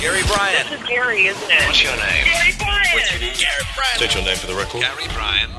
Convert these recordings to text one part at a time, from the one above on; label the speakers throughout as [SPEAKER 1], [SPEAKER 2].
[SPEAKER 1] Gary Bryan.
[SPEAKER 2] This is Gary, isn't it?
[SPEAKER 1] What's your name?
[SPEAKER 2] Gary Bryan.
[SPEAKER 1] What's your name? Gary Bryan.
[SPEAKER 3] State your name for the record.
[SPEAKER 1] Gary Bryan.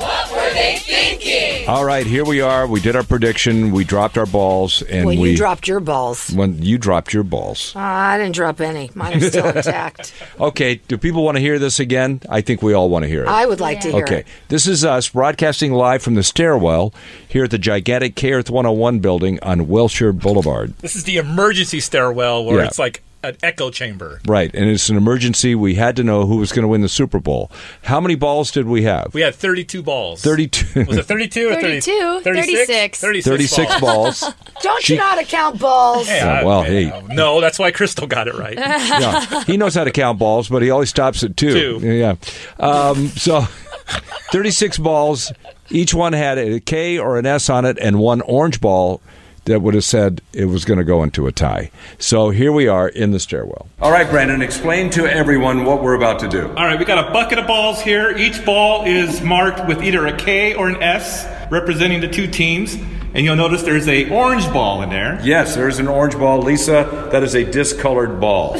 [SPEAKER 4] All right, here we are. We did our prediction. We dropped our balls, and
[SPEAKER 5] Well,
[SPEAKER 4] we
[SPEAKER 5] you dropped your balls.
[SPEAKER 4] when you dropped your balls.
[SPEAKER 5] Uh, I didn't drop any. Mine are still intact.
[SPEAKER 4] Okay, do people want to hear this again? I think we all want to hear it.
[SPEAKER 5] I would like to hear.
[SPEAKER 4] Okay,
[SPEAKER 5] it.
[SPEAKER 4] this is us broadcasting live from the stairwell here at the gigantic K Earth 101 building on Wilshire Boulevard.
[SPEAKER 6] This is the emergency stairwell where
[SPEAKER 4] Yeah.
[SPEAKER 6] it's like an echo chamber.
[SPEAKER 4] Right, and it's an emergency. We had to know who was going to win the Super Bowl. How many balls did we have?
[SPEAKER 6] We had 32 balls.
[SPEAKER 4] 32.
[SPEAKER 6] Was it 32 or
[SPEAKER 7] 32,
[SPEAKER 6] 36?
[SPEAKER 7] 36.
[SPEAKER 4] 36 balls.
[SPEAKER 5] Don't you know how to count balls?
[SPEAKER 6] Yeah,
[SPEAKER 4] Oh, well,
[SPEAKER 6] I-
[SPEAKER 4] hey.
[SPEAKER 6] No, that's why Crystal got it right.
[SPEAKER 4] Yeah. He knows how to count balls, but he always stops at two.
[SPEAKER 6] Two.
[SPEAKER 4] Yeah. Um, so 36 balls. Each one had a K or an S on it and one orange ball that would have said it was going to go into a tie. So here we are in the stairwell.
[SPEAKER 8] All right, Brandon, explain to everyone what we're about to do.
[SPEAKER 9] All right, we got a bucket of balls here. Each ball is marked with either a K or an S, representing the two teams. And you'll notice there's a orange ball in there.
[SPEAKER 8] Yes, there is an orange ball. Lisa, that is a discolored ball.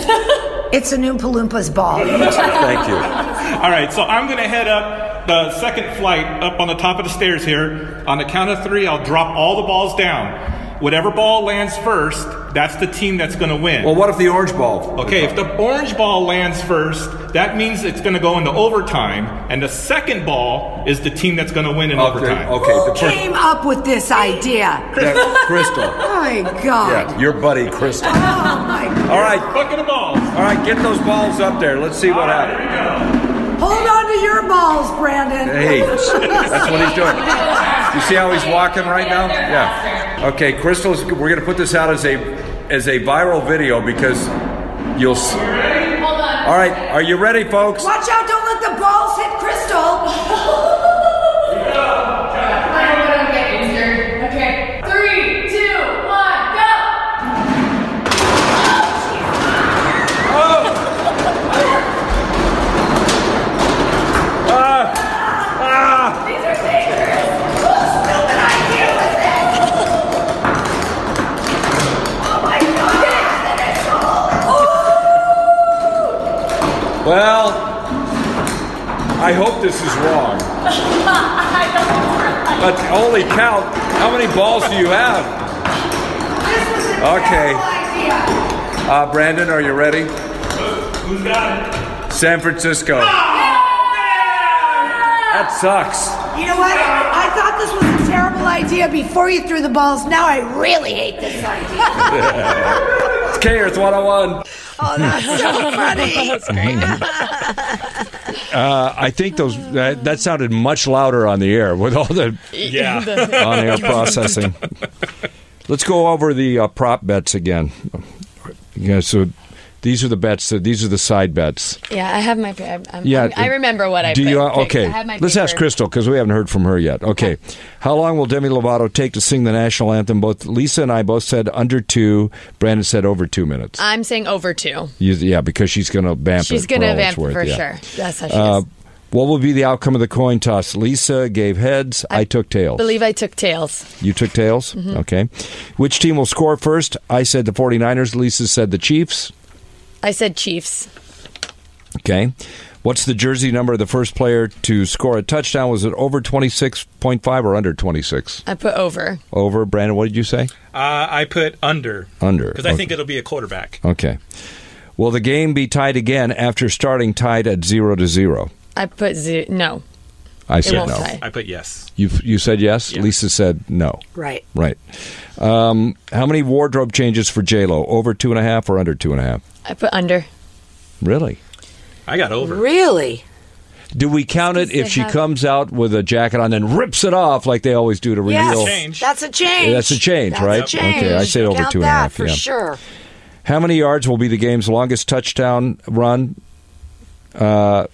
[SPEAKER 5] It's a Noompa Loompa's ball.
[SPEAKER 8] Thank you.
[SPEAKER 9] All right, so I'm going to head up the second flight up on the top of the stairs here. On the count of three, I'll drop all the balls down. Whatever ball lands first, that's the team that's going to win.
[SPEAKER 8] Well, what if the orange ball?
[SPEAKER 9] Okay, if the orange ball lands first, that means it's going to go into overtime, and the second ball is the team that's going to win in
[SPEAKER 8] Okay,
[SPEAKER 9] overtime.
[SPEAKER 8] okay. The first,
[SPEAKER 5] Came up with this idea.
[SPEAKER 8] yeah, Crystal.
[SPEAKER 5] Oh my God.
[SPEAKER 8] Yeah, your buddy Crystal.
[SPEAKER 5] Oh my.
[SPEAKER 8] All right,
[SPEAKER 9] Bucket of balls.
[SPEAKER 8] all right, get those balls up there. Let's see what happens.
[SPEAKER 5] Hold on to your balls, Brandon.
[SPEAKER 8] Hey, that's what he's doing. You see how he's walking right now? Yeah. Okay, Crystal's. We're gonna put this out as a as a viral video because you'll. s- All right, are you ready, folks?
[SPEAKER 5] Watch out! Don't let the balls hit Crystal.
[SPEAKER 8] Well, I hope this is wrong. But holy cow, how many balls do you have? Okay. Uh, Brandon, are you ready?
[SPEAKER 9] Who's got it?
[SPEAKER 8] San Francisco. That sucks.
[SPEAKER 5] You know what? I thought this was a terrible idea before you threw the balls. Now I really hate this idea.
[SPEAKER 8] It's K Earth 101.
[SPEAKER 5] Oh, that's so funny.
[SPEAKER 4] Uh, I think those that, that sounded much louder on the air with all the
[SPEAKER 6] Yeah.
[SPEAKER 4] on air processing. Let's go over the uh, prop bets again. Yeah, so these are the bets. That, these are the side bets.
[SPEAKER 7] Yeah, I have my. I'm, I'm,
[SPEAKER 4] Yeah, uh,
[SPEAKER 7] I remember what I.
[SPEAKER 4] do. You,
[SPEAKER 7] picked.
[SPEAKER 4] okay,
[SPEAKER 7] I have my
[SPEAKER 4] let's ask
[SPEAKER 7] paper.
[SPEAKER 4] Crystal because we haven't heard from her yet. Okay, how long will Demi Lovato take to sing the national anthem? Both Lisa and I both said under two. Brandon said over two minutes.
[SPEAKER 7] I'm saying over two.
[SPEAKER 4] You- yeah, because she's going to vamp.
[SPEAKER 7] Uh, She's
[SPEAKER 4] it
[SPEAKER 7] gonna
[SPEAKER 4] for all it's
[SPEAKER 7] vamp
[SPEAKER 4] worth,
[SPEAKER 7] for
[SPEAKER 4] yeah.
[SPEAKER 7] sure. That's how she
[SPEAKER 4] Uh,
[SPEAKER 7] is.
[SPEAKER 4] what will be the outcome of the coin toss? Lisa gave heads. I, took tails.
[SPEAKER 7] Believe Mm-hmm. I took tails.
[SPEAKER 4] You took tails? Okay. Which team will score first? I said the 49ers. Lisa said the Chiefs.
[SPEAKER 7] I said Chiefs.
[SPEAKER 4] Okay. What's the jersey number of the first player to score a touchdown? Was it over 26.5 or under 26?
[SPEAKER 7] I put over.
[SPEAKER 4] Over. Brandon, what did you say?
[SPEAKER 6] Uh, I put under.
[SPEAKER 4] Under.
[SPEAKER 6] Because I think it'll be a quarterback.
[SPEAKER 4] Okay. Will the game be tied again after starting tied at 0 to 0?
[SPEAKER 7] I put ze- no.
[SPEAKER 4] I
[SPEAKER 7] It
[SPEAKER 4] said
[SPEAKER 7] won't
[SPEAKER 4] no.
[SPEAKER 7] tie.
[SPEAKER 6] I put yes.
[SPEAKER 4] You, you said yes?
[SPEAKER 6] Yeah.
[SPEAKER 4] Lisa said no.
[SPEAKER 5] Right.
[SPEAKER 4] Right. Um, how many wardrobe changes for J-Lo? Over two and a half or under two and a half?
[SPEAKER 7] I put under.
[SPEAKER 4] Really?
[SPEAKER 6] I got over.
[SPEAKER 5] Really?
[SPEAKER 4] Do we count it if
[SPEAKER 7] they
[SPEAKER 4] she
[SPEAKER 7] have-
[SPEAKER 4] comes out with a jacket on and rips it off like they always do to reveal?
[SPEAKER 6] change.
[SPEAKER 5] That's a change.
[SPEAKER 4] Yeah, that's a change,
[SPEAKER 5] That's
[SPEAKER 4] right?
[SPEAKER 5] a change.
[SPEAKER 4] Okay, I said over
[SPEAKER 5] Count
[SPEAKER 4] two and a
[SPEAKER 5] that
[SPEAKER 4] half,
[SPEAKER 5] for
[SPEAKER 4] yeah.
[SPEAKER 5] sure.
[SPEAKER 4] How many yards will be the game's longest touchdown run? Uh,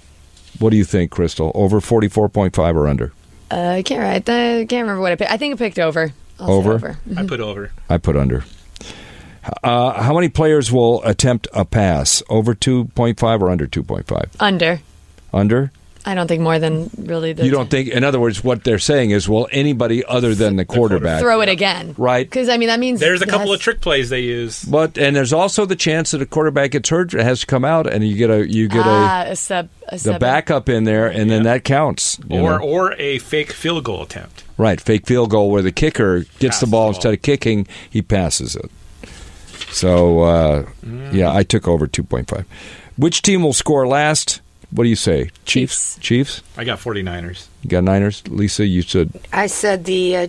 [SPEAKER 4] what do you think, Crystal? Over 44.5 or under?
[SPEAKER 7] Uh, I can't write. that. I can't remember what I picked. I think I picked over. I'll say
[SPEAKER 4] Over?
[SPEAKER 7] over.
[SPEAKER 6] I put over.
[SPEAKER 4] I put under. Uh, how many players will attempt a pass? Over 2.5 or under 2.5?
[SPEAKER 7] Under.
[SPEAKER 4] Under?
[SPEAKER 7] I don't think more than really the
[SPEAKER 4] You don't think, in other words, what they're saying is, well, anybody other than the quarterback.
[SPEAKER 7] throw it again.
[SPEAKER 4] Right.
[SPEAKER 7] Because, I mean, that means
[SPEAKER 6] There's a couple
[SPEAKER 7] that's-
[SPEAKER 6] of trick plays they use.
[SPEAKER 4] But and there's also the chance that a quarterback gets hurt, has to come out, and you get a you get
[SPEAKER 7] Ah,
[SPEAKER 4] a
[SPEAKER 7] a sub. A
[SPEAKER 4] the
[SPEAKER 7] sub
[SPEAKER 4] backup in there, and then that counts. you
[SPEAKER 6] Or
[SPEAKER 4] know?
[SPEAKER 6] or a fake field goal attempt.
[SPEAKER 4] Right, fake field goal where the kicker gets
[SPEAKER 6] Passes
[SPEAKER 4] the ball
[SPEAKER 6] the
[SPEAKER 4] instead
[SPEAKER 6] ball.
[SPEAKER 4] of kicking, he passes it. So uh,
[SPEAKER 6] Mm.
[SPEAKER 4] yeah, I took over two point five. Which team will score last? What do you say, Chiefs? Chiefs?
[SPEAKER 6] I got 49ers.
[SPEAKER 4] You got Niners, Lisa. You said
[SPEAKER 1] I said the uh,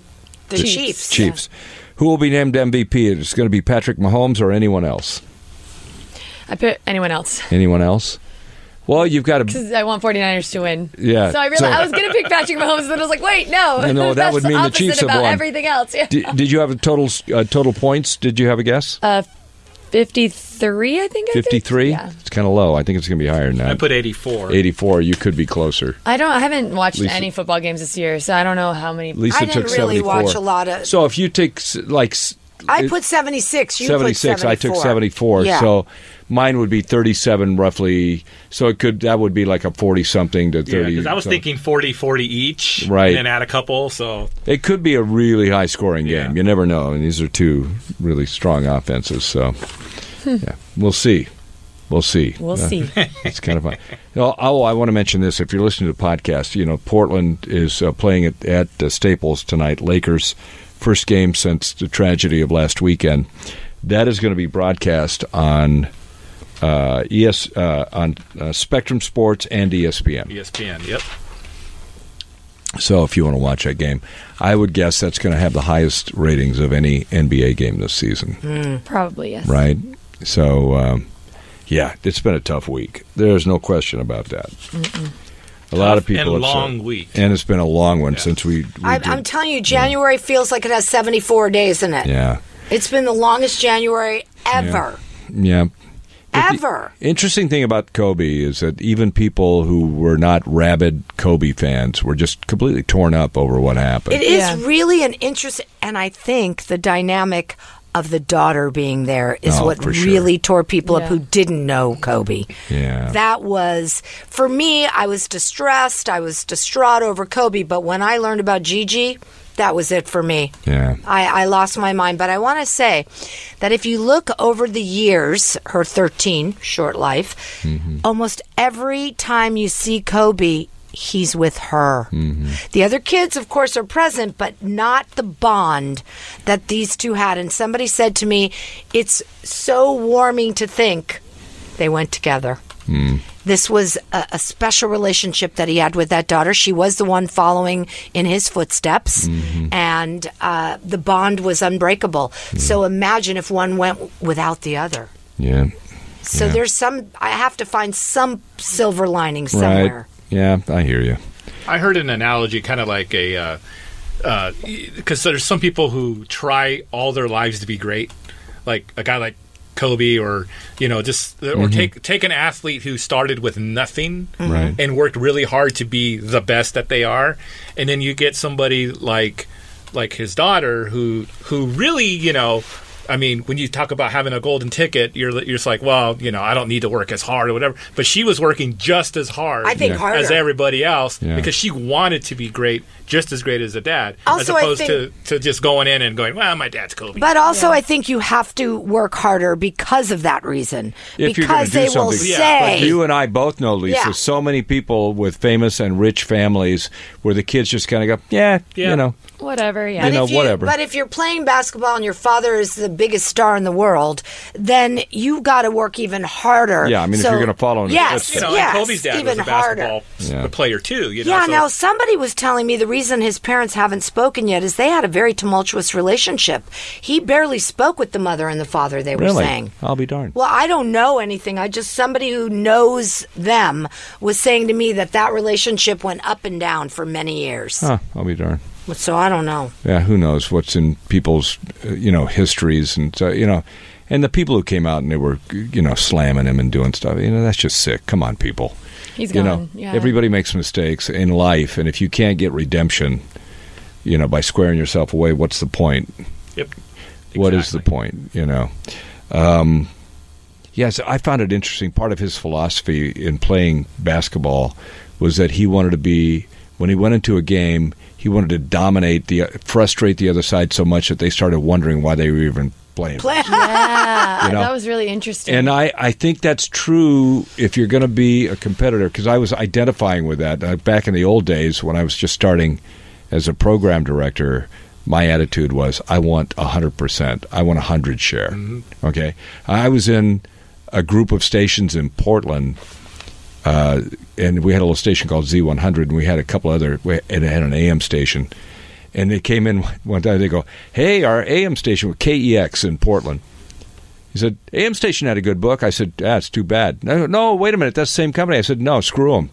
[SPEAKER 1] the Chiefs.
[SPEAKER 4] Chiefs. Who will be named MVP? It's going to be Patrick Mahomes or anyone else.
[SPEAKER 7] I put anyone else.
[SPEAKER 4] Anyone else? Well, you've got to.
[SPEAKER 7] Because I want 49ers to win.
[SPEAKER 4] Yeah,
[SPEAKER 7] So I realized
[SPEAKER 4] so-
[SPEAKER 7] I was going to pick Patrick Mahomes, and then I was like, wait, no.
[SPEAKER 4] No, no, that
[SPEAKER 7] That's
[SPEAKER 4] would mean the
[SPEAKER 7] opposite
[SPEAKER 4] Chiefs have
[SPEAKER 7] about
[SPEAKER 4] won.
[SPEAKER 7] everything else. Yeah.
[SPEAKER 4] Did, did you have a total uh, total points? Did you have a guess?
[SPEAKER 7] uh, 53, I think. I did.
[SPEAKER 4] Fifty three.
[SPEAKER 7] Yeah.
[SPEAKER 4] It's kind of low. I think it's going to be higher than that.
[SPEAKER 6] I put 84.
[SPEAKER 4] eighty four. You could be closer.
[SPEAKER 7] I don't. I haven't watched
[SPEAKER 4] Lisa-
[SPEAKER 7] any football games this year, so I don't know how many.
[SPEAKER 4] Lisa
[SPEAKER 1] I didn't
[SPEAKER 4] took
[SPEAKER 1] really
[SPEAKER 4] 74.
[SPEAKER 1] watch a lot of-
[SPEAKER 4] So if you take s- like s-
[SPEAKER 1] I
[SPEAKER 4] it-
[SPEAKER 1] put 76. You
[SPEAKER 4] 76,
[SPEAKER 1] put
[SPEAKER 4] I took 74.
[SPEAKER 1] 74. Yeah.
[SPEAKER 4] So mine would be 37 roughly. So it could that would be like a 40 something to 30.
[SPEAKER 6] because I was
[SPEAKER 4] so-
[SPEAKER 6] thinking 40 40 each.
[SPEAKER 4] Right.
[SPEAKER 6] And then add a couple. So
[SPEAKER 4] it could be a really high scoring
[SPEAKER 6] Yeah.
[SPEAKER 4] game. You never know. And these are two really strong offenses, so
[SPEAKER 1] Hmm.
[SPEAKER 4] yeah. We'll see. We'll see.
[SPEAKER 7] We'll
[SPEAKER 4] Uh,
[SPEAKER 7] see.
[SPEAKER 4] It's kind of fun. No, oh, I want to mention this. If you're listening to the podcast, you know Portland is uh, playing at, at uh, Staples tonight. Lakers first game since the tragedy of last weekend. That is going to be broadcast on uh, ES uh, on uh, Spectrum Sports and E ESPN.
[SPEAKER 6] E ESPN. Yep.
[SPEAKER 4] So if you want to watch that game, I would guess that's going to have the highest ratings of any NBA game this season
[SPEAKER 7] Probably yes.
[SPEAKER 4] right? So, um, yeah, it's been a tough week. There's no question about that. A lot of
[SPEAKER 6] Tough and
[SPEAKER 4] people upset.
[SPEAKER 6] long week.
[SPEAKER 4] and it's been a long one since we. we
[SPEAKER 1] I'm,
[SPEAKER 4] did-
[SPEAKER 1] I'm telling you, January feels like it has 74 days in it.
[SPEAKER 4] yeah,
[SPEAKER 1] It's been the longest January ever.
[SPEAKER 4] yeah.
[SPEAKER 1] Ever.
[SPEAKER 4] Interesting thing about Kobe is that even people who were not rabid Kobe fans were just completely torn up over what happened.
[SPEAKER 1] It is
[SPEAKER 7] Yeah.
[SPEAKER 1] really an interest, and I think the dynamic of the daughter being there is
[SPEAKER 4] Oh,
[SPEAKER 1] what
[SPEAKER 4] for sure.
[SPEAKER 1] really tore people
[SPEAKER 7] Yeah.
[SPEAKER 1] up who didn't know Kobe.
[SPEAKER 4] Yeah.
[SPEAKER 1] That was for me. I was distressed. I was distraught over Kobe, but when I learned about Gigi, that was it for me.
[SPEAKER 4] yeah,
[SPEAKER 1] I, I lost my mind. But I want to say that if you look over the years, her 13 short life, almost every time you see Kobe, he's with her. The other kids, of course, are present, but not the bond that these two had. And somebody said to me, it's so warming to think they went together. This was a, a special relationship that he had with that daughter. She was the one following in his footsteps,
[SPEAKER 4] Mm-hmm.
[SPEAKER 1] and uh, the bond was unbreakable.
[SPEAKER 4] Mm.
[SPEAKER 1] So imagine if one went without the other.
[SPEAKER 4] yeah,
[SPEAKER 1] So
[SPEAKER 4] Yeah.
[SPEAKER 1] there's some, I have to find some silver lining
[SPEAKER 4] right.
[SPEAKER 1] somewhere.
[SPEAKER 4] Yeah, I hear you.
[SPEAKER 6] I heard an analogy, kind of like a, because uh, because there's some people who try all their lives to be great, like a guy like Kobe, or you know, just or
[SPEAKER 4] Mm-hmm.
[SPEAKER 6] take take an athlete who started with nothing
[SPEAKER 4] Right.
[SPEAKER 6] and worked really hard to be the best that they are, and then you get somebody like like his daughter who who really you know. I mean, when you talk about having a golden ticket, you're you're just like, well, you know, I don't need to work as hard or whatever. But she was working just as hard
[SPEAKER 1] I think
[SPEAKER 4] Yeah.
[SPEAKER 1] harder.
[SPEAKER 6] as everybody else
[SPEAKER 4] Yeah.
[SPEAKER 6] because she wanted to be great, just as great as a dad, as
[SPEAKER 1] Also, I
[SPEAKER 6] opposed
[SPEAKER 1] think-
[SPEAKER 6] to, to just going in and going, well, my dad's Kobe.
[SPEAKER 1] But also, I think you have to work harder because of that reason.
[SPEAKER 4] If you're gonna
[SPEAKER 1] because
[SPEAKER 4] do
[SPEAKER 1] they will
[SPEAKER 4] something-
[SPEAKER 6] Yeah,
[SPEAKER 1] say,
[SPEAKER 6] but
[SPEAKER 4] You and I both know, Lisa,
[SPEAKER 1] Yeah.
[SPEAKER 4] so many people with famous and rich families where the kids just kind of go, yeah,
[SPEAKER 6] Yeah.
[SPEAKER 4] you know,
[SPEAKER 7] Whatever. Yeah.
[SPEAKER 4] You know,
[SPEAKER 1] if you-
[SPEAKER 4] whatever.
[SPEAKER 1] But if you're playing basketball and your father is the biggest star in the world, then you got to work even harder.
[SPEAKER 4] Yeah, I mean, if
[SPEAKER 1] So-
[SPEAKER 4] you're gonna follow in his
[SPEAKER 1] yes,
[SPEAKER 4] footsteps.
[SPEAKER 6] you know,
[SPEAKER 1] yes,
[SPEAKER 6] and Kobe's dad
[SPEAKER 1] even
[SPEAKER 6] was a
[SPEAKER 1] harder.
[SPEAKER 6] basketball
[SPEAKER 4] Yeah.
[SPEAKER 6] player too. You know,
[SPEAKER 1] Yeah,
[SPEAKER 6] so-
[SPEAKER 1] now somebody was telling me the reason his parents haven't spoken yet is they had a very tumultuous relationship. He barely spoke with the mother and the father, they were
[SPEAKER 4] really,
[SPEAKER 1] saying.
[SPEAKER 4] I'll be darned.
[SPEAKER 1] Well, I don't know anything. I just somebody who knows them was saying to me that that relationship went up and down for many years.
[SPEAKER 4] Huh, I'll be darned.
[SPEAKER 1] So I don't know.
[SPEAKER 4] Yeah, who knows what's in people's, uh, you know, histories and so you know, and the people who came out and they were, you know, slamming him and doing stuff. You know, that's just sick. Come on, people.
[SPEAKER 7] He's
[SPEAKER 4] you know,
[SPEAKER 7] gone, yeah.
[SPEAKER 4] everybody makes mistakes in life, and if you can't get redemption, you know, by squaring yourself away, what's the point?
[SPEAKER 6] Yep.
[SPEAKER 4] What is the
[SPEAKER 6] Exactly.
[SPEAKER 4] point? You know. Um, yes, I found it interesting. Part of his philosophy in playing basketball was that he wanted to be when he went into a game, he wanted to dominate the frustrate the other side so much that they started wondering why they were even playing.
[SPEAKER 7] Yeah,
[SPEAKER 4] You know?
[SPEAKER 7] that was really interesting.
[SPEAKER 4] And uh, I, I think that's true if you're going to be a competitor, because I was identifying with that uh, back in the old days when I was just starting as a program director. My attitude was, I want 100%. I want 100 share. Okay. I was in a group of stations in Portland, uh, and we had a little station called Z100, and we had a couple other, we had, and it had an AM station. And they came in one time, they go, Hey, our AM station, KEX in Portland. He said, AM Station had a good book. I said, that's too bad. No, no, wait a minute. That's the same company. I said, no, screw them.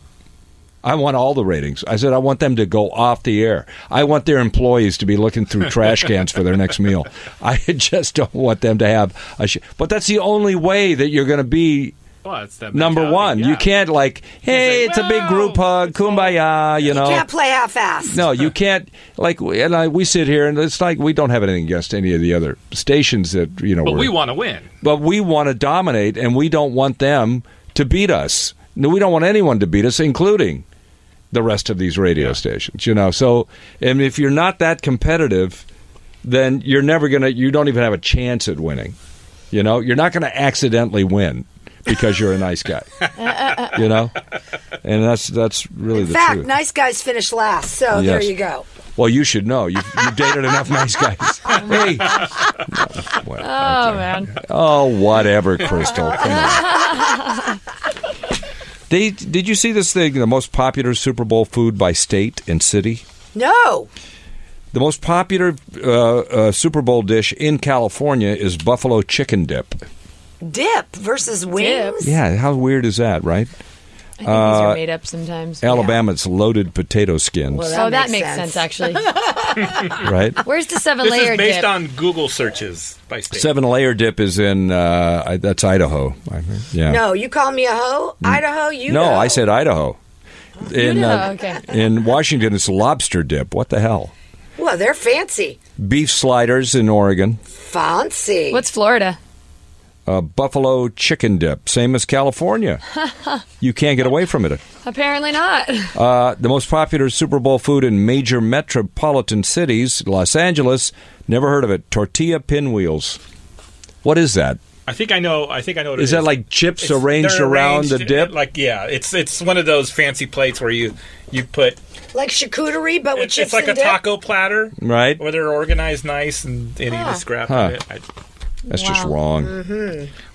[SPEAKER 4] I want all the ratings. I said, I want them to go off the air. I want their employees to be looking through trash cans for their next meal. I just don't want them to have a sh- But that's the only way that you're going to be
[SPEAKER 6] Well, it's that
[SPEAKER 4] number
[SPEAKER 6] mentality,
[SPEAKER 4] one. You
[SPEAKER 6] yeah.
[SPEAKER 4] can't, like, hey, it's a big group hug, kumbaya, you know.
[SPEAKER 5] Can't play half-assed.
[SPEAKER 4] No, you can't. Like, we- and I, we sit here, and it's like we don't have anything against any of the other stations that, you know,
[SPEAKER 6] But
[SPEAKER 4] were-
[SPEAKER 6] we want to win.
[SPEAKER 4] but we want to dominate and we don't want them to beat us. No, We don't want anyone to beat us, including the rest of these radio stations, you know. So, and if you're not that competitive, then you're never going to, you don't even have a chance at winning. You know, you're not going to accidentally win because you're a nice guy, you know? And that's, that's really
[SPEAKER 1] In
[SPEAKER 4] the
[SPEAKER 1] fact,
[SPEAKER 4] truth.
[SPEAKER 1] nice guys finish last, so there
[SPEAKER 4] Yes.
[SPEAKER 1] you go.
[SPEAKER 4] well, you should know. You've, you've dated enough nice guys. hey. Well,
[SPEAKER 7] oh man,
[SPEAKER 4] Oh, whatever, Crystal. Come on. they did you see this thing? The most popular Super Bowl food by state and city.
[SPEAKER 1] No.
[SPEAKER 4] The most popular uh, uh, Super Bowl dish in California is buffalo chicken dip.
[SPEAKER 1] Dip versus wings.
[SPEAKER 4] Yeah, how weird is that, right?
[SPEAKER 7] I think these
[SPEAKER 4] Uh,
[SPEAKER 7] are made up sometimes.
[SPEAKER 4] Alabama, it's loaded potato skins,
[SPEAKER 1] Well,
[SPEAKER 7] oh, that
[SPEAKER 1] That makes
[SPEAKER 7] makes sense.
[SPEAKER 1] sense.
[SPEAKER 7] actually.
[SPEAKER 4] right?
[SPEAKER 7] Where's the seven
[SPEAKER 6] This
[SPEAKER 7] layer
[SPEAKER 6] is based
[SPEAKER 7] dip?
[SPEAKER 6] on Google searches by state.
[SPEAKER 4] Seven layer dip is in uh, I- that's Idaho. I think. Yeah.
[SPEAKER 1] No, you call me a hoe? Idaho, you
[SPEAKER 4] Mm. No,
[SPEAKER 1] know.
[SPEAKER 4] I said Idaho. In uh,
[SPEAKER 7] know, okay.
[SPEAKER 4] in Washington, it's lobster dip. What the hell?
[SPEAKER 1] Well, they're fancy.
[SPEAKER 4] beef sliders in Oregon,
[SPEAKER 1] Fancy.
[SPEAKER 7] What's Florida?
[SPEAKER 4] uh, buffalo chicken dip, same as California. you can't get away from it.
[SPEAKER 7] Apparently not.
[SPEAKER 4] Uh, the most popular Super Bowl food in major metropolitan cities, Los Angeles, never heard of it, tortilla pinwheels. What is that?
[SPEAKER 6] I think I know. I think I know. What it
[SPEAKER 4] Is that like chips
[SPEAKER 6] It's-
[SPEAKER 4] arranged
[SPEAKER 6] they're
[SPEAKER 4] around the
[SPEAKER 6] arranged, uh,
[SPEAKER 4] dip?
[SPEAKER 6] Like yeah, it's it's one of those fancy plates where you you put
[SPEAKER 1] like charcuterie, but with
[SPEAKER 6] it's,
[SPEAKER 1] chips
[SPEAKER 6] it's like
[SPEAKER 1] and
[SPEAKER 6] a
[SPEAKER 1] dip?
[SPEAKER 6] taco platter,
[SPEAKER 4] Right.
[SPEAKER 6] Where they're organized nice and, and
[SPEAKER 1] Ah.
[SPEAKER 6] you just grab
[SPEAKER 4] Huh.
[SPEAKER 6] it. I,
[SPEAKER 4] That's just
[SPEAKER 7] Wow.
[SPEAKER 4] wrong.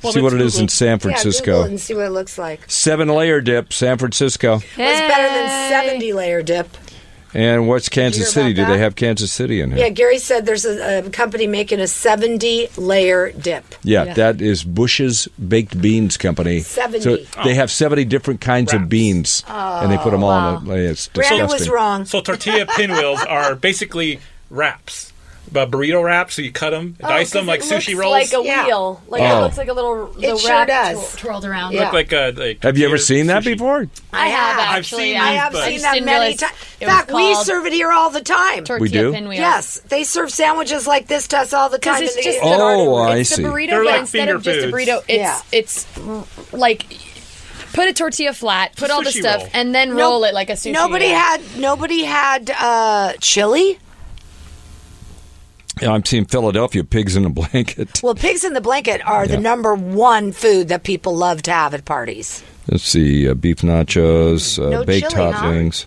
[SPEAKER 6] Well,
[SPEAKER 4] See what it
[SPEAKER 6] that's
[SPEAKER 4] is in
[SPEAKER 6] Google.
[SPEAKER 4] San
[SPEAKER 1] Yeah, Google
[SPEAKER 4] Francisco.
[SPEAKER 1] and see what it looks like.
[SPEAKER 4] Seven layer dip, San Francisco.
[SPEAKER 1] It's better than
[SPEAKER 7] Hey.
[SPEAKER 1] 70 layer dip.
[SPEAKER 4] And what's Kansas
[SPEAKER 1] hear
[SPEAKER 4] City? Do
[SPEAKER 1] about
[SPEAKER 4] they
[SPEAKER 1] that?
[SPEAKER 4] have Kansas City in here?
[SPEAKER 1] Yeah, Gary said there's a, a company making a 70 layer dip.
[SPEAKER 4] Yeah,
[SPEAKER 7] Yeah.
[SPEAKER 4] that is Bush's Baked Beans Company.
[SPEAKER 1] 70.
[SPEAKER 4] So they have 70 different kinds of
[SPEAKER 6] Wraps.
[SPEAKER 4] beans, and they put them all in a. It's disgusting.
[SPEAKER 1] Brandon Oh, was wrong.
[SPEAKER 6] So tortilla pinwheels are basically wraps, but burrito wraps. So you cut them,
[SPEAKER 1] Oh,
[SPEAKER 6] dice them like sushi rolls.
[SPEAKER 7] Like a
[SPEAKER 1] Yeah.
[SPEAKER 7] wheel. Like
[SPEAKER 4] Oh.
[SPEAKER 7] it looks like a little the
[SPEAKER 1] It sure
[SPEAKER 7] wrap
[SPEAKER 1] does.
[SPEAKER 7] twir- twirled around.
[SPEAKER 1] Yeah.
[SPEAKER 6] Look like a. Like
[SPEAKER 4] Have you ever
[SPEAKER 6] tortilla
[SPEAKER 4] seen that
[SPEAKER 6] sushi.
[SPEAKER 4] before?
[SPEAKER 7] I have
[SPEAKER 1] I've
[SPEAKER 7] actually.
[SPEAKER 6] seen
[SPEAKER 7] yeah.
[SPEAKER 1] I have
[SPEAKER 6] but- I
[SPEAKER 1] seen
[SPEAKER 6] just
[SPEAKER 1] that many times. In fact, we serve it here all the time.
[SPEAKER 7] tortilla
[SPEAKER 4] We do?
[SPEAKER 7] pinwheels.
[SPEAKER 1] Yes, they serve sandwiches like this to us all the time.
[SPEAKER 7] Because it's
[SPEAKER 1] and
[SPEAKER 7] just
[SPEAKER 1] they-
[SPEAKER 4] Oh,
[SPEAKER 7] the,
[SPEAKER 4] I
[SPEAKER 7] it's
[SPEAKER 4] see.
[SPEAKER 7] the burrito,
[SPEAKER 6] They're
[SPEAKER 7] but
[SPEAKER 6] like
[SPEAKER 7] instead
[SPEAKER 6] finger
[SPEAKER 7] of just a
[SPEAKER 6] foods.
[SPEAKER 7] burrito, it's
[SPEAKER 1] Yeah.
[SPEAKER 7] it's like put a tortilla flat, put all the
[SPEAKER 6] sushi
[SPEAKER 7] stuff,
[SPEAKER 6] roll.
[SPEAKER 7] and then
[SPEAKER 1] No-
[SPEAKER 7] roll it like a sushi.
[SPEAKER 1] Nobody
[SPEAKER 7] roll.
[SPEAKER 1] had nobody had uh, chili.
[SPEAKER 4] Yeah, I'm seeing Philadelphia pigs in a blanket.
[SPEAKER 1] Well, pigs in the blanket are the
[SPEAKER 4] Yeah.
[SPEAKER 1] number one food that people love to have at parties.
[SPEAKER 4] Let's see, uh, beef nachos, uh,
[SPEAKER 1] No
[SPEAKER 4] baked
[SPEAKER 1] chili, huh?
[SPEAKER 4] hot wings.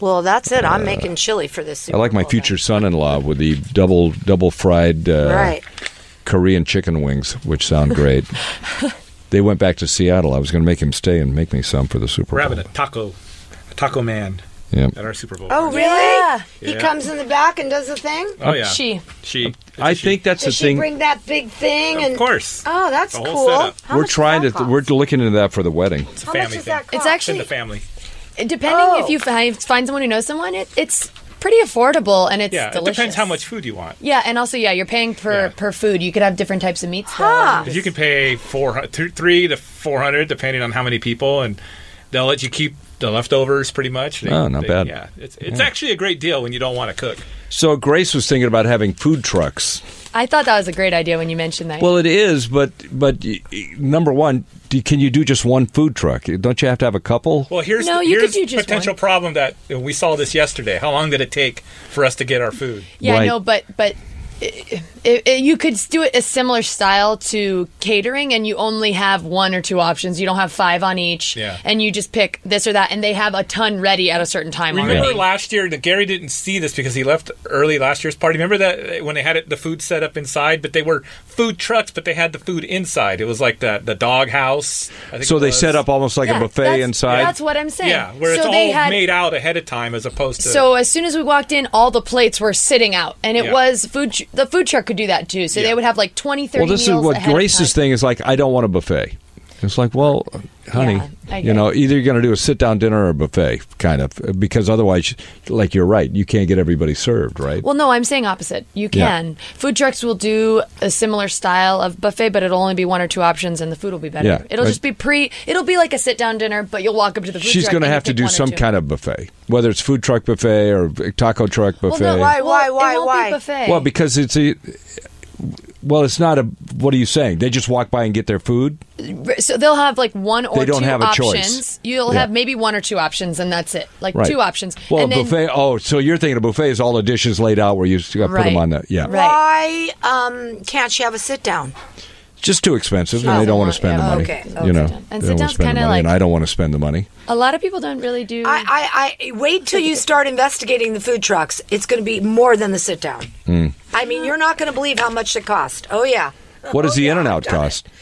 [SPEAKER 1] Well, that's it. I'm making chili for this.
[SPEAKER 4] I
[SPEAKER 1] Super
[SPEAKER 4] like my
[SPEAKER 1] Bowl
[SPEAKER 4] future son-in-law with the double double fried uh,
[SPEAKER 1] thing. Right.
[SPEAKER 4] Korean chicken wings, which sound great. they went back to Seattle. I was going to make him stay and make me some for the Super
[SPEAKER 6] We're having
[SPEAKER 4] Bowl.
[SPEAKER 6] a taco, a taco man
[SPEAKER 4] Yeah.
[SPEAKER 6] at our Super Bowl.
[SPEAKER 1] Oh, really?
[SPEAKER 7] Yeah.
[SPEAKER 1] He
[SPEAKER 6] Yeah.
[SPEAKER 1] comes in the back and does the thing.
[SPEAKER 6] Oh yeah.
[SPEAKER 7] She.
[SPEAKER 6] She.
[SPEAKER 4] I think that's the
[SPEAKER 1] Does she
[SPEAKER 4] thing.
[SPEAKER 1] bring that big thing?
[SPEAKER 6] Of
[SPEAKER 1] and
[SPEAKER 6] course.
[SPEAKER 1] Oh, that's
[SPEAKER 6] The whole
[SPEAKER 1] cool.
[SPEAKER 6] setup.
[SPEAKER 1] How
[SPEAKER 4] we're
[SPEAKER 1] much
[SPEAKER 4] trying to.
[SPEAKER 1] does that
[SPEAKER 4] we're
[SPEAKER 1] cost?
[SPEAKER 4] looking into that for the wedding.
[SPEAKER 6] It's a
[SPEAKER 1] How
[SPEAKER 6] family
[SPEAKER 1] much does
[SPEAKER 6] thing.
[SPEAKER 1] that cost?
[SPEAKER 7] It's
[SPEAKER 6] It's in
[SPEAKER 7] actually
[SPEAKER 6] the family.
[SPEAKER 7] depending if you fi- find someone who knows someone, it, it's pretty affordable and it's
[SPEAKER 6] Yeah.
[SPEAKER 7] delicious.
[SPEAKER 6] It depends how much food you want.
[SPEAKER 7] Yeah, and also yeah, you're paying per
[SPEAKER 6] Yeah.
[SPEAKER 7] per food. You could have different types of meats. though.
[SPEAKER 1] Huh.
[SPEAKER 6] You can pay four, th- three to four hundred, depending on how many people, and They'll let you keep the leftovers pretty much. They-
[SPEAKER 4] Oh, not
[SPEAKER 6] they-
[SPEAKER 4] bad.
[SPEAKER 6] Yeah, it's, it's actually a great deal when you don't want to cook.
[SPEAKER 4] So Grace was thinking about having food trucks.
[SPEAKER 7] I thought that was a great idea when you mentioned that.
[SPEAKER 4] Well, it is, but but y- y- number one, do, can you do just one food truck? Don't you have to have a couple?
[SPEAKER 6] Well, here's
[SPEAKER 7] No,
[SPEAKER 6] the,
[SPEAKER 7] you could
[SPEAKER 6] here's
[SPEAKER 7] do
[SPEAKER 6] the
[SPEAKER 7] just
[SPEAKER 6] potential
[SPEAKER 7] one.
[SPEAKER 6] problem that uh, we saw this yesterday. How long did it take for us to get our food?
[SPEAKER 7] yeah,
[SPEAKER 4] Right.
[SPEAKER 7] no, but but i i i you could do it a similar style to catering, and you only have one or two options. You don't have five on each,
[SPEAKER 6] Yeah.
[SPEAKER 7] and you just pick this or that, and they have a ton ready at a certain time.
[SPEAKER 6] Remember
[SPEAKER 7] already.
[SPEAKER 6] last year that Gary didn't see this because he left early last year's party. Remember that uh, when they had it, the food set up inside, but they were food trucks, but they had the food inside. It was like the the dog house. I think
[SPEAKER 4] so
[SPEAKER 6] it
[SPEAKER 4] they
[SPEAKER 6] was.
[SPEAKER 4] set up almost like
[SPEAKER 7] Yeah,
[SPEAKER 4] a buffet
[SPEAKER 7] that's-
[SPEAKER 4] inside.
[SPEAKER 7] That's what I'm saying.
[SPEAKER 6] Yeah, where it's
[SPEAKER 7] so
[SPEAKER 6] all
[SPEAKER 7] they had,
[SPEAKER 6] made out ahead of time as opposed to
[SPEAKER 7] So as soon as we walked in, all the plates were sitting out, and it
[SPEAKER 6] Yeah.
[SPEAKER 7] was food. tr- The food truck could do that too. So
[SPEAKER 6] Yeah.
[SPEAKER 7] they would have like 20, 30
[SPEAKER 4] well, this is
[SPEAKER 7] meals
[SPEAKER 4] what
[SPEAKER 7] ahead of
[SPEAKER 4] Grace's
[SPEAKER 7] time.
[SPEAKER 4] thing is like. I don't want a buffet. It's like, well, honey,
[SPEAKER 7] Yeah, I
[SPEAKER 4] you know, either you're going to do a sit down dinner or a buffet, kind of, because otherwise, like you're right, you can't get everybody served, right?
[SPEAKER 7] Well, no, I'm saying opposite. You
[SPEAKER 4] Yeah.
[SPEAKER 7] can. Food trucks will do a similar style of buffet, but it'll only be one or two options, and the food will be better.
[SPEAKER 4] Yeah,
[SPEAKER 7] it'll
[SPEAKER 4] right.
[SPEAKER 7] just be pre. It'll be like a sit down dinner, but you'll walk up to the food
[SPEAKER 4] She's
[SPEAKER 7] truck.
[SPEAKER 4] going to
[SPEAKER 7] and you
[SPEAKER 4] have to
[SPEAKER 7] pick
[SPEAKER 4] do
[SPEAKER 7] one or
[SPEAKER 4] some
[SPEAKER 7] two.
[SPEAKER 4] kind of buffet, whether it's food truck buffet or taco truck
[SPEAKER 7] Well,
[SPEAKER 4] buffet.
[SPEAKER 7] no,
[SPEAKER 1] Why, why,
[SPEAKER 7] well,
[SPEAKER 1] why,
[SPEAKER 7] It won't
[SPEAKER 1] why?
[SPEAKER 7] Be buffet.
[SPEAKER 4] Well, because it's a. Well, it's not a. What are you saying? They just walk by and get their food.
[SPEAKER 7] so they'll have like one or
[SPEAKER 4] They don't
[SPEAKER 7] two
[SPEAKER 4] have a choice.
[SPEAKER 7] options. You'll
[SPEAKER 4] Yeah.
[SPEAKER 7] have maybe one or two options, and that's it. Like
[SPEAKER 4] Right.
[SPEAKER 7] two options.
[SPEAKER 4] Well,
[SPEAKER 7] and
[SPEAKER 4] a
[SPEAKER 7] then-
[SPEAKER 4] buffet. Oh, so you're thinking a buffet is all the dishes laid out where you s- put
[SPEAKER 7] Right.
[SPEAKER 4] them on the. Yeah,
[SPEAKER 7] Right.
[SPEAKER 1] Why um, can't she have a sit down?
[SPEAKER 4] just too expensive, and
[SPEAKER 7] Oh,
[SPEAKER 4] they don't want
[SPEAKER 7] yeah,
[SPEAKER 4] to spend the
[SPEAKER 7] okay.
[SPEAKER 4] money.
[SPEAKER 1] Oh,
[SPEAKER 4] You know,
[SPEAKER 1] sit
[SPEAKER 4] They
[SPEAKER 1] down.
[SPEAKER 7] And
[SPEAKER 4] don't
[SPEAKER 7] sit
[SPEAKER 4] wanna
[SPEAKER 7] down's
[SPEAKER 4] spend the
[SPEAKER 7] kinda
[SPEAKER 4] money, and
[SPEAKER 7] like-
[SPEAKER 4] I don't want to spend the money.
[SPEAKER 7] A lot of people don't really do.
[SPEAKER 1] I, I, I wait till you start investigating the food trucks. It's going to be more than the sit down.
[SPEAKER 4] Mm.
[SPEAKER 1] I mean, you're not going to believe how much it cost. Oh yeah.
[SPEAKER 4] What does
[SPEAKER 1] Oh,
[SPEAKER 4] the
[SPEAKER 1] yeah,
[SPEAKER 4] In and Out
[SPEAKER 1] I've done
[SPEAKER 4] cost?
[SPEAKER 1] it.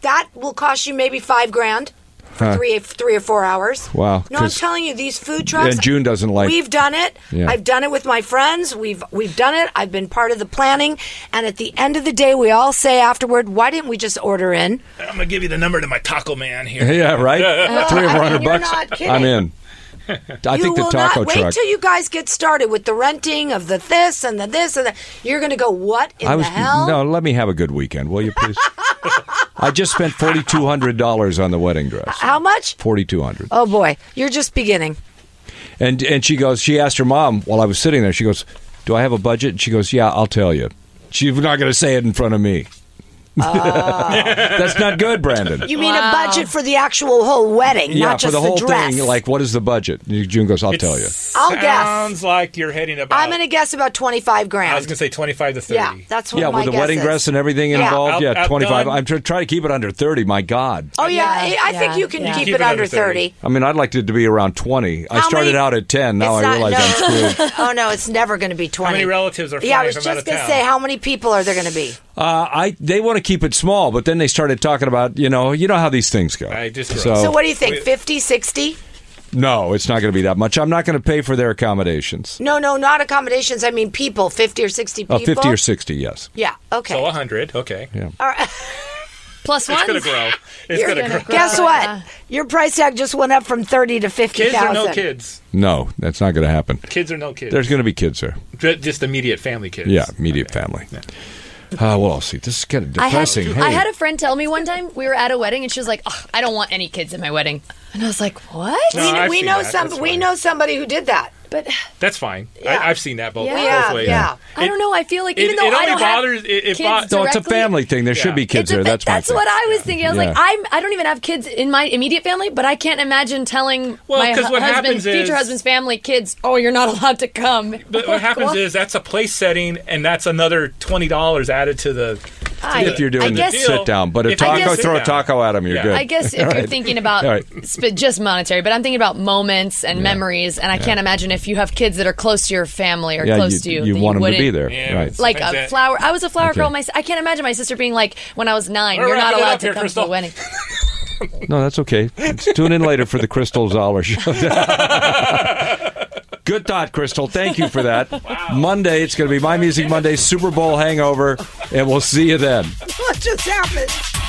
[SPEAKER 1] That will cost you maybe five grand. For
[SPEAKER 4] Huh.
[SPEAKER 1] three, three or four hours.
[SPEAKER 4] Wow,
[SPEAKER 1] No, I'm
[SPEAKER 4] 'cause-
[SPEAKER 1] telling you, these food trucks.
[SPEAKER 4] And June doesn't like-
[SPEAKER 1] We've done it.
[SPEAKER 4] Yeah.
[SPEAKER 1] I've done it with my friends. We've we've done it. I've been part of the planning. And at the end of the day, we all say afterward, "Why didn't we just order in?"
[SPEAKER 6] I'm gonna give you the number to my taco man here.
[SPEAKER 4] Yeah, right. Three or
[SPEAKER 1] I
[SPEAKER 4] four
[SPEAKER 1] mean,
[SPEAKER 4] hundred
[SPEAKER 1] you're
[SPEAKER 4] bucks.
[SPEAKER 1] not kidding.
[SPEAKER 4] I'm in. I
[SPEAKER 1] you
[SPEAKER 4] think the
[SPEAKER 1] will
[SPEAKER 4] taco
[SPEAKER 1] not wait
[SPEAKER 4] truck.
[SPEAKER 1] till you guys get started with the renting of the this and the this and that. You're going to go, what in
[SPEAKER 4] I was
[SPEAKER 1] the hell?
[SPEAKER 4] no. Let me have a good weekend, will you please? I just spent forty two hundred dollars on the wedding dress.
[SPEAKER 1] How much?
[SPEAKER 4] Forty two hundred.
[SPEAKER 1] Oh boy, you're just beginning.
[SPEAKER 4] And and she goes, she asked her mom while I was sitting there. She goes, "Do I have a budget?" And she goes, "Yeah, I'll tell you." She's not going to say it in front of me.
[SPEAKER 1] Ah.
[SPEAKER 4] That's not good, Brandon.
[SPEAKER 1] You mean a budget for the actual whole wedding,
[SPEAKER 4] yeah,
[SPEAKER 1] not just
[SPEAKER 4] for the whole
[SPEAKER 1] dress?
[SPEAKER 4] thing. Like, what is the budget? And June goes, "I'll tell you."
[SPEAKER 1] I'll guess.
[SPEAKER 6] Sounds like you're heading about.
[SPEAKER 1] I'm going to guess about twenty-five grand.
[SPEAKER 6] I was gonna say 25 to 30.
[SPEAKER 1] yeah, that's what
[SPEAKER 4] Yeah,
[SPEAKER 1] my
[SPEAKER 4] with the
[SPEAKER 1] guess
[SPEAKER 4] wedding
[SPEAKER 1] is.
[SPEAKER 4] dress and everything
[SPEAKER 1] Yeah.
[SPEAKER 4] involved.
[SPEAKER 6] Out-
[SPEAKER 4] yeah,
[SPEAKER 6] outdone.
[SPEAKER 4] twenty five. I'm try trying to keep it under thirty. My God.
[SPEAKER 1] Oh yeah,
[SPEAKER 7] Yeah,
[SPEAKER 1] I I think
[SPEAKER 7] yeah,
[SPEAKER 1] you can
[SPEAKER 7] yeah.
[SPEAKER 1] keep,
[SPEAKER 6] Keep
[SPEAKER 1] it under thirty.
[SPEAKER 4] I mean, I'd like it to be around twenty. I
[SPEAKER 1] How
[SPEAKER 4] started
[SPEAKER 1] many-
[SPEAKER 4] out at ten. Now
[SPEAKER 1] It's
[SPEAKER 4] I realize I'm
[SPEAKER 1] not, no.
[SPEAKER 4] screwed.
[SPEAKER 1] oh no, it's never going to be twenty.
[SPEAKER 6] many relatives are
[SPEAKER 1] Yeah, I
[SPEAKER 6] flying
[SPEAKER 1] was
[SPEAKER 6] from
[SPEAKER 1] just
[SPEAKER 6] out of
[SPEAKER 1] gonna
[SPEAKER 6] town?
[SPEAKER 1] say, how many people are there going to be?
[SPEAKER 4] Uh, I they want to keep it small, but then they started talking about you know you know how these things go.
[SPEAKER 6] I just-
[SPEAKER 1] So
[SPEAKER 4] Oh.
[SPEAKER 1] what do you think? 50, 60?
[SPEAKER 4] No, it's not going to be that much. I'm not going to pay for their accommodations.
[SPEAKER 1] No, no, not accommodations. I mean people, 50 or 60 people.
[SPEAKER 4] Uh, 50 or 60, yes.
[SPEAKER 1] Yeah, okay.
[SPEAKER 6] So 100. Okay.
[SPEAKER 1] All right.
[SPEAKER 7] plus one.
[SPEAKER 6] It's gonna grow. It's
[SPEAKER 1] You're
[SPEAKER 6] gonna
[SPEAKER 7] gonna
[SPEAKER 6] grow.
[SPEAKER 7] grow.
[SPEAKER 1] Guess what?
[SPEAKER 7] Yeah.
[SPEAKER 1] Your price tag just went up from 30 to
[SPEAKER 6] Kids or
[SPEAKER 1] 50,000.
[SPEAKER 6] no kids?
[SPEAKER 4] No, that's not going to happen.
[SPEAKER 6] Kids or no kids?
[SPEAKER 4] There's going to be kids there.
[SPEAKER 6] Ju- just immediate family kids.
[SPEAKER 4] Yeah, immediate family. Uh, well, I'll see. This is kind of
[SPEAKER 7] I had,
[SPEAKER 4] depressing.
[SPEAKER 7] I
[SPEAKER 4] Hey.
[SPEAKER 7] had a friend tell me one time we were at a wedding and she was like, "Ugh, I don't want any kids at my wedding. And I was like, What?
[SPEAKER 6] No,
[SPEAKER 1] we
[SPEAKER 6] I've
[SPEAKER 1] we
[SPEAKER 6] seen
[SPEAKER 1] know
[SPEAKER 6] that.
[SPEAKER 1] some
[SPEAKER 6] That's
[SPEAKER 1] we
[SPEAKER 6] fine.
[SPEAKER 1] know somebody who did that.
[SPEAKER 7] But
[SPEAKER 6] That's fine.
[SPEAKER 1] Yeah.
[SPEAKER 6] I, I've seen that both,
[SPEAKER 7] Yeah.
[SPEAKER 6] both
[SPEAKER 1] Yeah,
[SPEAKER 6] ways.
[SPEAKER 1] yeah.
[SPEAKER 7] I don't know. I feel like
[SPEAKER 6] it-
[SPEAKER 7] even though
[SPEAKER 6] it
[SPEAKER 7] I
[SPEAKER 6] only
[SPEAKER 7] don't
[SPEAKER 6] bothers-
[SPEAKER 7] have
[SPEAKER 6] it- it
[SPEAKER 7] kids
[SPEAKER 6] bo-
[SPEAKER 4] no, it's a
[SPEAKER 7] directly-
[SPEAKER 4] family thing. There should
[SPEAKER 6] Yeah.
[SPEAKER 4] be kids
[SPEAKER 7] It's a
[SPEAKER 4] there.
[SPEAKER 7] thing.
[SPEAKER 4] That's my thing.
[SPEAKER 7] what I was thinking. I was
[SPEAKER 4] Yeah.
[SPEAKER 7] like, I'm. I don't even have kids in my immediate family, but I can't imagine telling
[SPEAKER 6] Well,
[SPEAKER 7] my
[SPEAKER 6] 'cause
[SPEAKER 7] hu-
[SPEAKER 6] what
[SPEAKER 7] husband,
[SPEAKER 6] happens is-
[SPEAKER 7] future husband's family, kids, oh, you're not allowed to come.
[SPEAKER 6] But what happens is that's a place setting, and that's another twenty dollars added to the.
[SPEAKER 7] I,
[SPEAKER 4] if you're
[SPEAKER 7] I
[SPEAKER 4] doing
[SPEAKER 7] guess,
[SPEAKER 6] deal-
[SPEAKER 4] sit down, but a
[SPEAKER 6] If you
[SPEAKER 4] taco,
[SPEAKER 7] guess-
[SPEAKER 4] throw a taco at them, you're
[SPEAKER 6] Yeah.
[SPEAKER 4] good.
[SPEAKER 7] I guess if
[SPEAKER 4] All
[SPEAKER 7] you're
[SPEAKER 4] right.
[SPEAKER 7] thinking about
[SPEAKER 4] All right.
[SPEAKER 7] sp- just monetary, but I'm thinking about moments and memories, and I can't imagine if you have kids that are close to your family or
[SPEAKER 4] yeah,
[SPEAKER 7] close
[SPEAKER 4] you,
[SPEAKER 7] to you,
[SPEAKER 4] you
[SPEAKER 7] that
[SPEAKER 4] want them to be there,
[SPEAKER 7] wouldn't-
[SPEAKER 6] Yeah.
[SPEAKER 4] right?
[SPEAKER 7] like
[SPEAKER 6] That's
[SPEAKER 7] a
[SPEAKER 6] it.
[SPEAKER 7] flower. I was a flower girl.
[SPEAKER 4] Okay.
[SPEAKER 7] My, I can't imagine my sister being like when I was 9
[SPEAKER 6] We're
[SPEAKER 7] You're not
[SPEAKER 6] wrapping it
[SPEAKER 7] allowed
[SPEAKER 6] up
[SPEAKER 7] to
[SPEAKER 6] here,
[SPEAKER 7] come to
[SPEAKER 6] Crystal.
[SPEAKER 7] the wedding.
[SPEAKER 4] No, that's okay. Tune in later for the Crystal Zoller show. Good thought, Crystal. Thank you for that. Monday, it's going to be My Music Monday Super Bowl hangover, and we'll see you then.
[SPEAKER 1] What just happened?